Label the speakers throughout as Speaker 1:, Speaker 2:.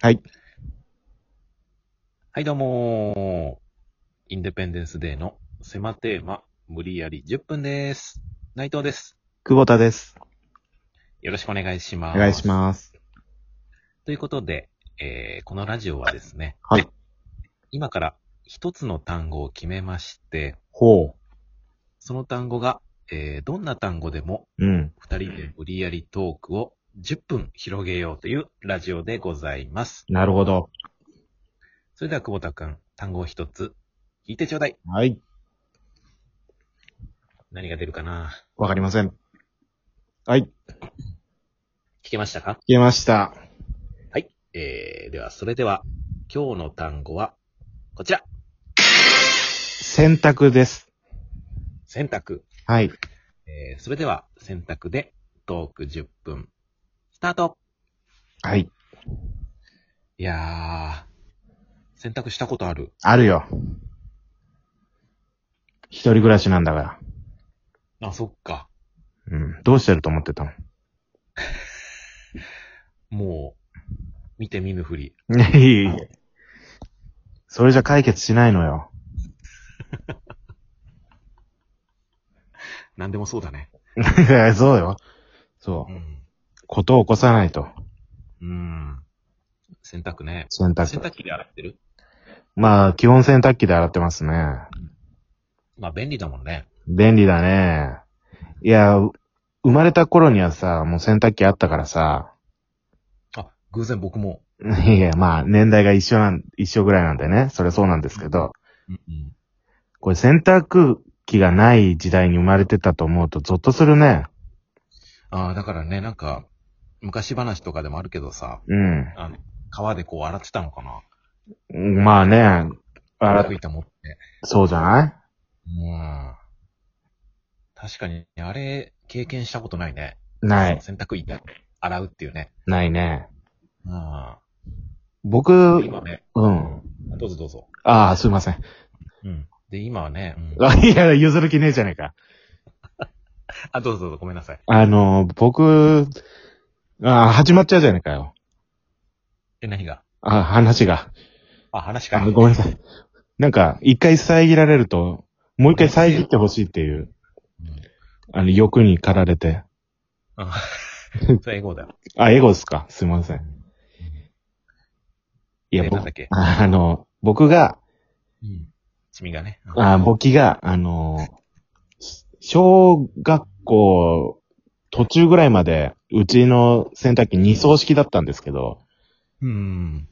Speaker 1: はい。
Speaker 2: はい、どうもーインデペンデンスデーの狭テーマ、無理やり10分です。内藤です。
Speaker 1: 久保田です。
Speaker 2: よろしくお願いしま
Speaker 1: お
Speaker 2: す。
Speaker 1: 願いします。
Speaker 2: す。ということで、えー、このラジオはですね、
Speaker 1: はい。
Speaker 2: 今から一つの単語を決めまして、
Speaker 1: ほ
Speaker 2: その単語が、えー、どんな単語でも
Speaker 1: う。うん。
Speaker 2: 二人で無理やりトークを10分広げようというラジオでございます。
Speaker 1: なるほど。
Speaker 2: それでは久保田くん、単語を一つ、聞いてちょうだい。
Speaker 1: はい。
Speaker 2: 何が出るかな
Speaker 1: わかりません。はい。
Speaker 2: 聞けましたか
Speaker 1: 消えました。
Speaker 2: えー、では、それでは、今日の単語は、こちら。
Speaker 1: 選択です。
Speaker 2: 選択。
Speaker 1: はい。
Speaker 2: えー、それでは、選択で、トーク10分、スタート
Speaker 1: はい。
Speaker 2: いやー、選択したことある。
Speaker 1: あるよ。一人暮らしなんだか
Speaker 2: あ、そっか。
Speaker 1: ら。うん。どうしてると思ってたの
Speaker 2: もう、見て見ぬふり。
Speaker 1: いえいえいえ。それじゃ解決しないのよ。
Speaker 2: なんでもそうだね。
Speaker 1: そうよ。そうう。
Speaker 2: ん。
Speaker 1: ことを起こさないと。
Speaker 2: うん。選択ね。
Speaker 1: 選
Speaker 2: 洗
Speaker 1: 択。
Speaker 2: 濯機で洗ってる
Speaker 1: まあ、基本洗濯機で洗ってますね。
Speaker 2: まあ、便利だもんね。
Speaker 1: 便利だね。いや、う生まれた頃にはさ、もう洗濯機あったからさ、
Speaker 2: あ、偶然僕も。
Speaker 1: いや、まあ、年代が一緒なん、一緒ぐらいなんでね、それそうなんですけど、
Speaker 2: うんうん。
Speaker 1: これ洗濯機がない時代に生まれてたと思うとゾッとするね。
Speaker 2: あーだからね、なんか、昔話とかでもあるけどさ、
Speaker 1: うん
Speaker 2: あの、川でこう洗ってたのかな。
Speaker 1: まあね、あら
Speaker 2: 歩いた持って。
Speaker 1: そうじゃない
Speaker 2: うん。確かに、あれ、経験したことないね。
Speaker 1: ない、
Speaker 2: 洗濯板、洗うっていうね。
Speaker 1: ないね。
Speaker 2: うん。
Speaker 1: 僕、
Speaker 2: 今ね、
Speaker 1: うん。
Speaker 2: どうぞどうぞ。
Speaker 1: ああ、すいません。
Speaker 2: うん。で、今はね、うん、
Speaker 1: あいや、譲る気ねえじゃねえか。
Speaker 2: あ、どうぞどうぞ、ごめんなさい。
Speaker 1: あの、僕、ああ、始まっちゃうじゃねえかよ。
Speaker 2: え、何が
Speaker 1: あ話が。
Speaker 2: あ、話か
Speaker 1: あ
Speaker 2: ら。
Speaker 1: ごめんなさい。なんか、一回遮られると、もう一回遮ってほしいっていう、
Speaker 2: うん
Speaker 1: あの、欲に駆られて。
Speaker 2: あそれ英語だよ。
Speaker 1: あ、エゴですかすいません。いや、
Speaker 2: でな
Speaker 1: 僕
Speaker 2: んだっけ、
Speaker 1: ああの、僕が、
Speaker 2: うん。君がね。うん
Speaker 1: あ、僕が、あの、小学校途中ぐらいまで、うちの洗濯機二層式だったんですけど、
Speaker 2: うん。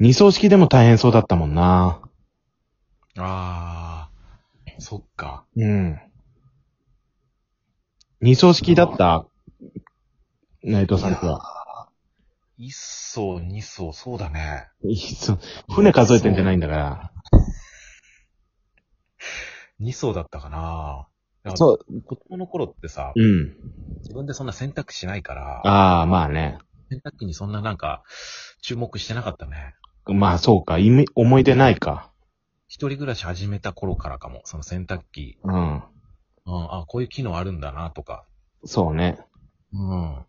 Speaker 1: 二層式でも大変そうだったもんな。
Speaker 2: あー、そっか。
Speaker 1: うん。二層式だった、内藤さんとは。
Speaker 2: 一層、二層、そうだね。
Speaker 1: いそう船数えてんじゃないんだから。
Speaker 2: 二層だったかな。う。
Speaker 1: そ
Speaker 2: 子供の頃ってさ
Speaker 1: う。、うん。
Speaker 2: 自分でそんな選択しないから。
Speaker 1: ああ、まあね。
Speaker 2: 洗濯機にそんななんか、注目してなかったね。
Speaker 1: まあそうか。意味思い出ないか。
Speaker 2: 一人暮らし始めた頃からかも、その洗濯機。
Speaker 1: うん。
Speaker 2: うん、あ、こういう機能あるんだな、とか。
Speaker 1: そうね。
Speaker 2: うん。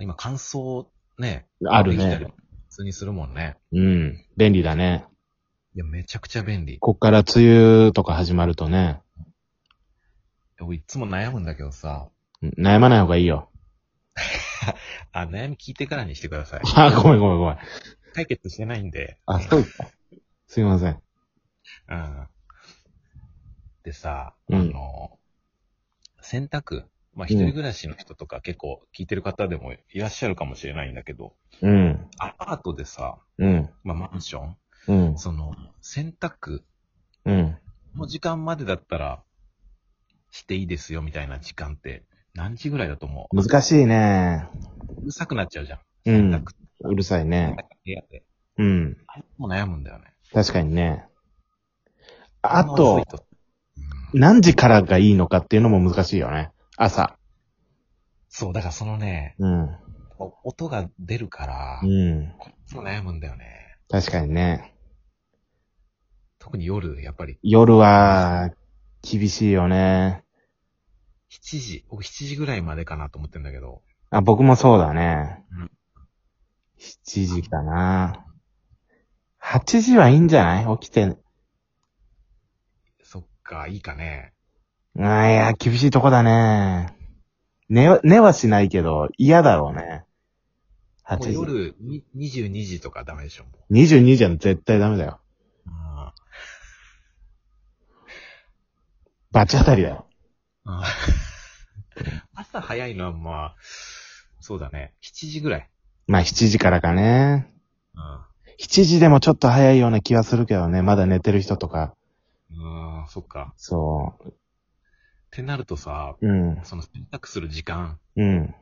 Speaker 2: 今、乾燥ね、
Speaker 1: ある
Speaker 2: できたり
Speaker 1: ね。
Speaker 2: 普通にするもんね。
Speaker 1: うん。便利だね。
Speaker 2: いや、めちゃくちゃ便利。
Speaker 1: こっから梅雨とか始まるとね、
Speaker 2: 僕いつも悩むんだけどさ、
Speaker 1: 悩まない方がいいよ。
Speaker 2: あ、悩み聞いてからにしてください。
Speaker 1: あ、ごめんごめんごめん。
Speaker 2: 解決してないんで。
Speaker 1: あ、そうか。すいません。
Speaker 2: うん。でさ、
Speaker 1: うん
Speaker 2: あの、洗濯。まあ、一人暮らしの人とか結構聞いてる方でもいらっしゃるかもしれないんだけど、
Speaker 1: うん。
Speaker 2: アパートでさ、
Speaker 1: うん。
Speaker 2: まあ、マンション、
Speaker 1: うん。
Speaker 2: その、洗濯
Speaker 1: うん。
Speaker 2: の時間までだったら、していいですよみたいな時間って、何時ぐらいだと思
Speaker 1: 難しいね。
Speaker 2: ううるさくなっちゃうじゃん。
Speaker 1: う
Speaker 2: 洗濯
Speaker 1: ん。うるさいね。
Speaker 2: 部屋で。
Speaker 1: うん。
Speaker 2: あれも悩むんだよね。
Speaker 1: 確かにね。あ
Speaker 2: の
Speaker 1: と
Speaker 2: 暑い、とうん
Speaker 1: 何時からがいいのかっていうのも難しいよね。朝。
Speaker 2: そう、だからそのね、
Speaker 1: うん。
Speaker 2: お音が出るから
Speaker 1: う、ん。
Speaker 2: そう悩むんだよね。
Speaker 1: 確かにね。
Speaker 2: 特に夜、やっぱり、
Speaker 1: 夜は、厳しいよね。
Speaker 2: 7時、僕7時ぐらいまでかなと思ってんだけど、
Speaker 1: あ、僕もそうだね
Speaker 2: うん。
Speaker 1: 7時かな。8時はいいんじゃない起きて。
Speaker 2: そっか、いいかね。
Speaker 1: ああ、いや、厳しいとこだね。寝は、寝はしないけど、嫌だろうね。8
Speaker 2: もう
Speaker 1: 時。
Speaker 2: 夜に22時とかダメでしょ、もう。
Speaker 1: 22じゃ絶対ダメだよ。
Speaker 2: あ
Speaker 1: バチ当たりだよ。
Speaker 2: ーあー朝早いのはまあ、そうだね。7時ぐらい。
Speaker 1: まあ7時からかね。
Speaker 2: うん
Speaker 1: 7時でもちょっと早いような気はするけどね。まだ寝てる人とか。
Speaker 2: うーん、そっか。
Speaker 1: そ
Speaker 2: ってなるとさ、
Speaker 1: う。うん。
Speaker 2: その選択する時間
Speaker 1: うん。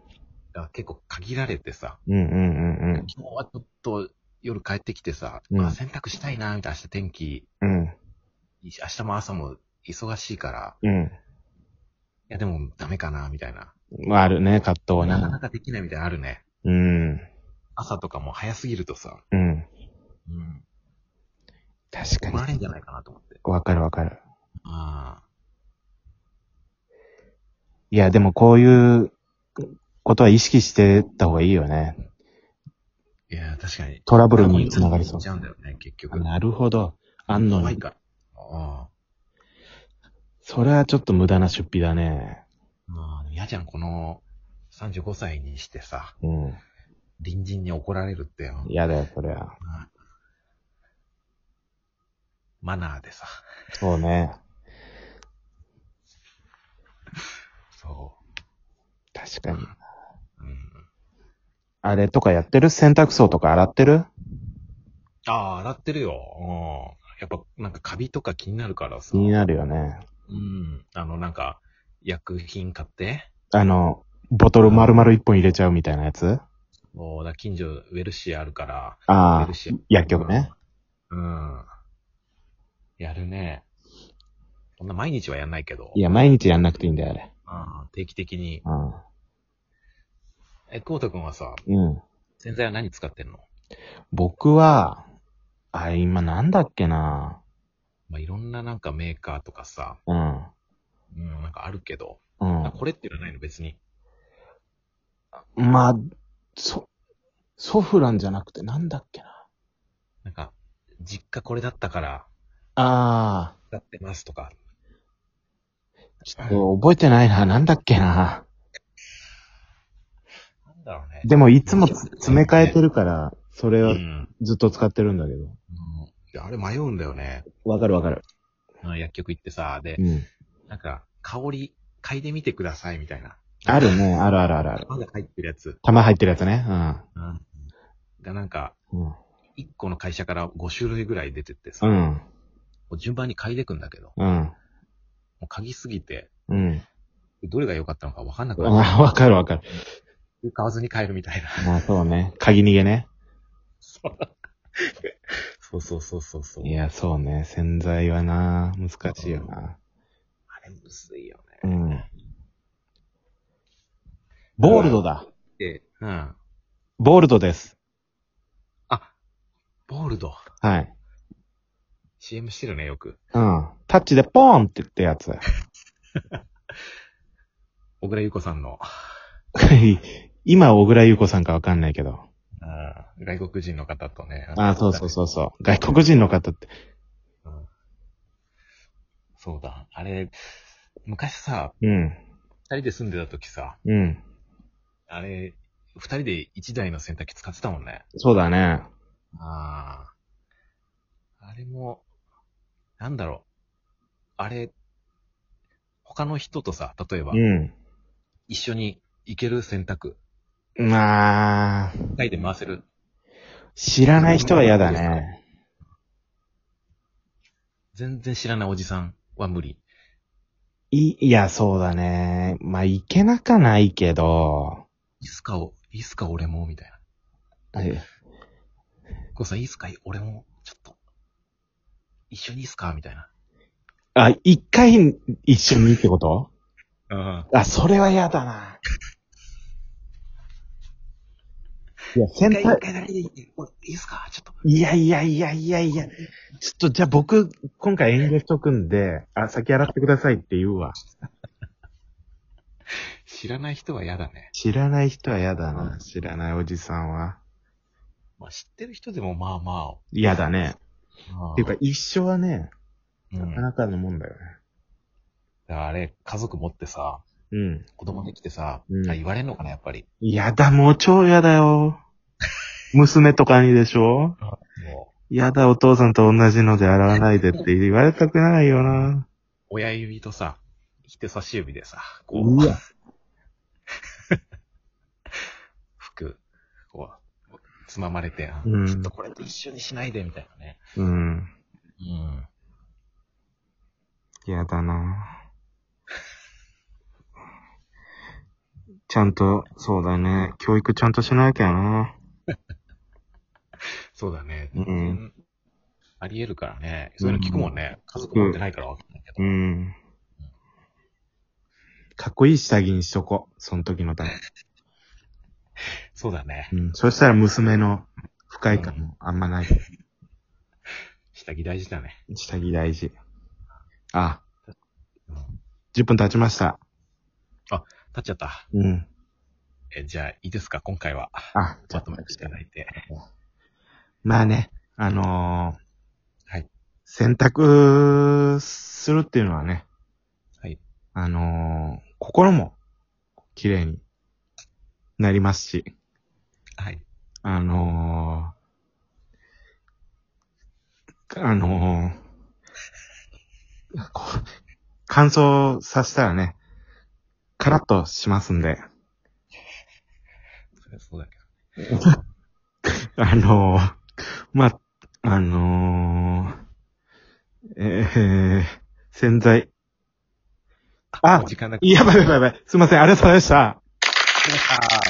Speaker 2: が結構限られてさ、
Speaker 1: うんうんうん
Speaker 2: 今日はちょっと夜帰ってきてさ、
Speaker 1: うん
Speaker 2: あ、洗濯したいな、みたいな明日天気
Speaker 1: うん。うん。
Speaker 2: いいし、明日も朝も忙しいから、
Speaker 1: うん。
Speaker 2: いやでもダメかな、みたいな。
Speaker 1: あるね、葛藤
Speaker 2: なかな
Speaker 1: ね。
Speaker 2: かできないみたいなのあるね。
Speaker 1: うん。
Speaker 2: 朝とかもう早すぎるとさ、
Speaker 1: うん。
Speaker 2: うん。
Speaker 1: 確か
Speaker 2: 困られん
Speaker 1: に。
Speaker 2: じゃないかなと思って。
Speaker 1: わかるわかる。
Speaker 2: あ
Speaker 1: いや、でもこういうことは意識してた方がいいよね。
Speaker 2: あ。いや、確かに。
Speaker 1: トラブルにつながりそう
Speaker 2: ち。ゃうんだよね、結局。
Speaker 1: なるほど。あんの
Speaker 2: 怖い
Speaker 1: に。
Speaker 2: から。あ
Speaker 1: それはちょっと無駄な出費だね。
Speaker 2: あ。まあ、嫌じゃん、この35歳にしてさ、
Speaker 1: うん。
Speaker 2: 隣人に怒られるってよ。
Speaker 1: 嫌だよ、そりゃ。
Speaker 2: マナーでさ。
Speaker 1: そうね。
Speaker 2: そ
Speaker 1: 確かに。
Speaker 2: う。うん。
Speaker 1: あれとかやってる洗濯槽とか洗ってる
Speaker 2: ああ、洗ってるよ。うん。やっぱ、なんかカビとか気になるからさ。
Speaker 1: 気になるよね。
Speaker 2: うん。あの、なんか、薬品買って、
Speaker 1: あの、ボトル丸々一本入れちゃうみたいなやつ
Speaker 2: もう、だ近所、ウェルシアあるから、ウェ
Speaker 1: ああ
Speaker 2: ル、シア。
Speaker 1: 薬局ね。
Speaker 2: うん。やるね。そんな毎日はやんないけど。
Speaker 1: いや、毎日やんなくていいんだよ、あれ。
Speaker 2: うん。定期的に。
Speaker 1: う
Speaker 2: え、こうたくんはさ、
Speaker 1: ん。うん。
Speaker 2: 洗剤は何使ってんの
Speaker 1: 僕は、あれ、今なんだっけな
Speaker 2: まあ、いろんななんかメーカーとかさ、
Speaker 1: うん。
Speaker 2: うん、なんかあるけど、
Speaker 1: う
Speaker 2: あ
Speaker 1: ん。
Speaker 2: これっていうのはないの別に。
Speaker 1: まあ、そ、ソフランじゃなくてなんだっけな
Speaker 2: なんか、実家これだったから、
Speaker 1: ああ、
Speaker 2: 使ってますとか。
Speaker 1: ちょっと覚えてないな、なんだっけな
Speaker 2: なんだろうね。
Speaker 1: でもいつもつ詰め替えてるから、それ
Speaker 2: う
Speaker 1: は
Speaker 2: ん。
Speaker 1: ずっと使ってるんだけど。
Speaker 2: うんいやあれ迷うんだよね。
Speaker 1: わかるわかる。
Speaker 2: うん薬局行ってさ、で
Speaker 1: う、ん。
Speaker 2: なんか、香り、嗅いでみてくださいみたいな。
Speaker 1: あるね、あるあるあるある。
Speaker 2: まだ入ってるやつ。
Speaker 1: 玉入ってるやつね。うん。
Speaker 2: うん。がなんか、
Speaker 1: うん。
Speaker 2: 1個の会社から5種類ぐらい出てってさ、
Speaker 1: う
Speaker 2: も
Speaker 1: ん。
Speaker 2: う順番に嗅いでくんだけど、
Speaker 1: うん。
Speaker 2: もう嗅ぎすぎて、
Speaker 1: うん。
Speaker 2: どれが良かったのか分かんなくなっ
Speaker 1: あ わかるわかる。
Speaker 2: て、買わずに帰るみたいな。
Speaker 1: まあそうね。鍵逃げね。
Speaker 2: そう そうそうそうそう。
Speaker 1: いや、そうね。洗剤はな、難しいよな。
Speaker 2: あれむずいよね。
Speaker 1: うん。ボールドだ。
Speaker 2: で、うん。
Speaker 1: ボールドです。
Speaker 2: あ、ボールド。
Speaker 1: はい。
Speaker 2: CM してるね、よく。
Speaker 1: うん。タッチでポーンって言ってやつ。
Speaker 2: 小倉優子さんの、
Speaker 1: 今、小倉優子さんかわかんないけど。
Speaker 2: うん、外国人の方とね。
Speaker 1: あそうそうそうそう。外国人の方って。
Speaker 2: うん。そうだ。あれ、昔さ、
Speaker 1: うん。
Speaker 2: 二人で住んでた時さ、
Speaker 1: うん。
Speaker 2: あれ、二人で一台の洗濯機使ってたもんね。
Speaker 1: そうだね。
Speaker 2: ああ。あれも、なんだろう。あれ、他の人とさ、例えば、
Speaker 1: うん。
Speaker 2: 一緒に行ける選択、
Speaker 1: まあ、
Speaker 2: 二人で回せる。
Speaker 1: 知らない人は嫌だね。
Speaker 2: 全然知らないおじさんは無理。
Speaker 1: い、いや、そうだね。まあ、いけなかないけど。
Speaker 2: いつかを、いつか俺も、みたいな。こうさん、いつか俺も、ちょっと、一緒にいいっすかみたいな。
Speaker 1: あ、一回一緒にってこと
Speaker 2: うん。
Speaker 1: あ、それは嫌だな。いや、
Speaker 2: 一
Speaker 1: 先
Speaker 2: 回、一
Speaker 1: 輩、
Speaker 2: 回だけでいい、俺いいっすかちょっと。
Speaker 1: いやいやいやいやいや。ちょっと、じゃあ僕、今回遠慮しとくんで、あ、先洗ってくださいって言うわ。
Speaker 2: 知らない人は嫌だね。
Speaker 1: 知らない人は嫌だな。知らないおじさんは。
Speaker 2: まあ知ってる人でもまあま
Speaker 1: 嫌だね。
Speaker 2: あ。
Speaker 1: っていうか、一生はね、
Speaker 2: うん、
Speaker 1: なか
Speaker 2: だか
Speaker 1: なかのもんだよね。
Speaker 2: らあれ、家族持ってさ、
Speaker 1: うん。
Speaker 2: 子供できてさ、
Speaker 1: うん
Speaker 2: あ言われんのかな、やっぱり。
Speaker 1: 嫌だ、もう超嫌だよ。娘とかにでしょ
Speaker 2: もう、
Speaker 1: 嫌だ、お父さんと同じので洗わないでって言われたくないよな。
Speaker 2: 親指とさ、人差し指でさ、こ
Speaker 1: う
Speaker 2: う、
Speaker 1: わ。
Speaker 2: 服、こう、つままれて、
Speaker 1: うん
Speaker 2: ちょっとこれと一緒にしないで、みたいなね。
Speaker 1: うん。
Speaker 2: うん。
Speaker 1: 嫌だな。ちゃんと、そうだね。教育ちゃんとしなきゃな。
Speaker 2: そうだね。
Speaker 1: うん
Speaker 2: 全然あり得るからね。そういうの聞くもんね。家族持ってないからわかんないけど。
Speaker 1: うん。かっこいい下着にしとこう。その時のため。
Speaker 2: そうだね。
Speaker 1: うん。そしたら娘の不快感もあんまない。
Speaker 2: 下着大事だね。
Speaker 1: 下着大事。あ
Speaker 2: うん、
Speaker 1: 10分経ちました。
Speaker 2: 立っちゃった。
Speaker 1: うん。
Speaker 2: え、じゃあ、いいですか今回は。
Speaker 1: あ、
Speaker 2: まとめていただいて。
Speaker 1: まあね、あのー
Speaker 2: はい。
Speaker 1: 選択するっていうのはね、
Speaker 2: はい。
Speaker 1: あのー心も綺麗になりますし、
Speaker 2: はい。
Speaker 1: あのーあのーこう乾燥させたらね、カラッとしますんで、
Speaker 2: それそうだけど。
Speaker 1: あのーまあ、あのーえー、洗剤。あ
Speaker 2: もう時間なくな っ
Speaker 1: いや、ばいばいばい。すいません。ありがとうございました。
Speaker 2: ちゃった。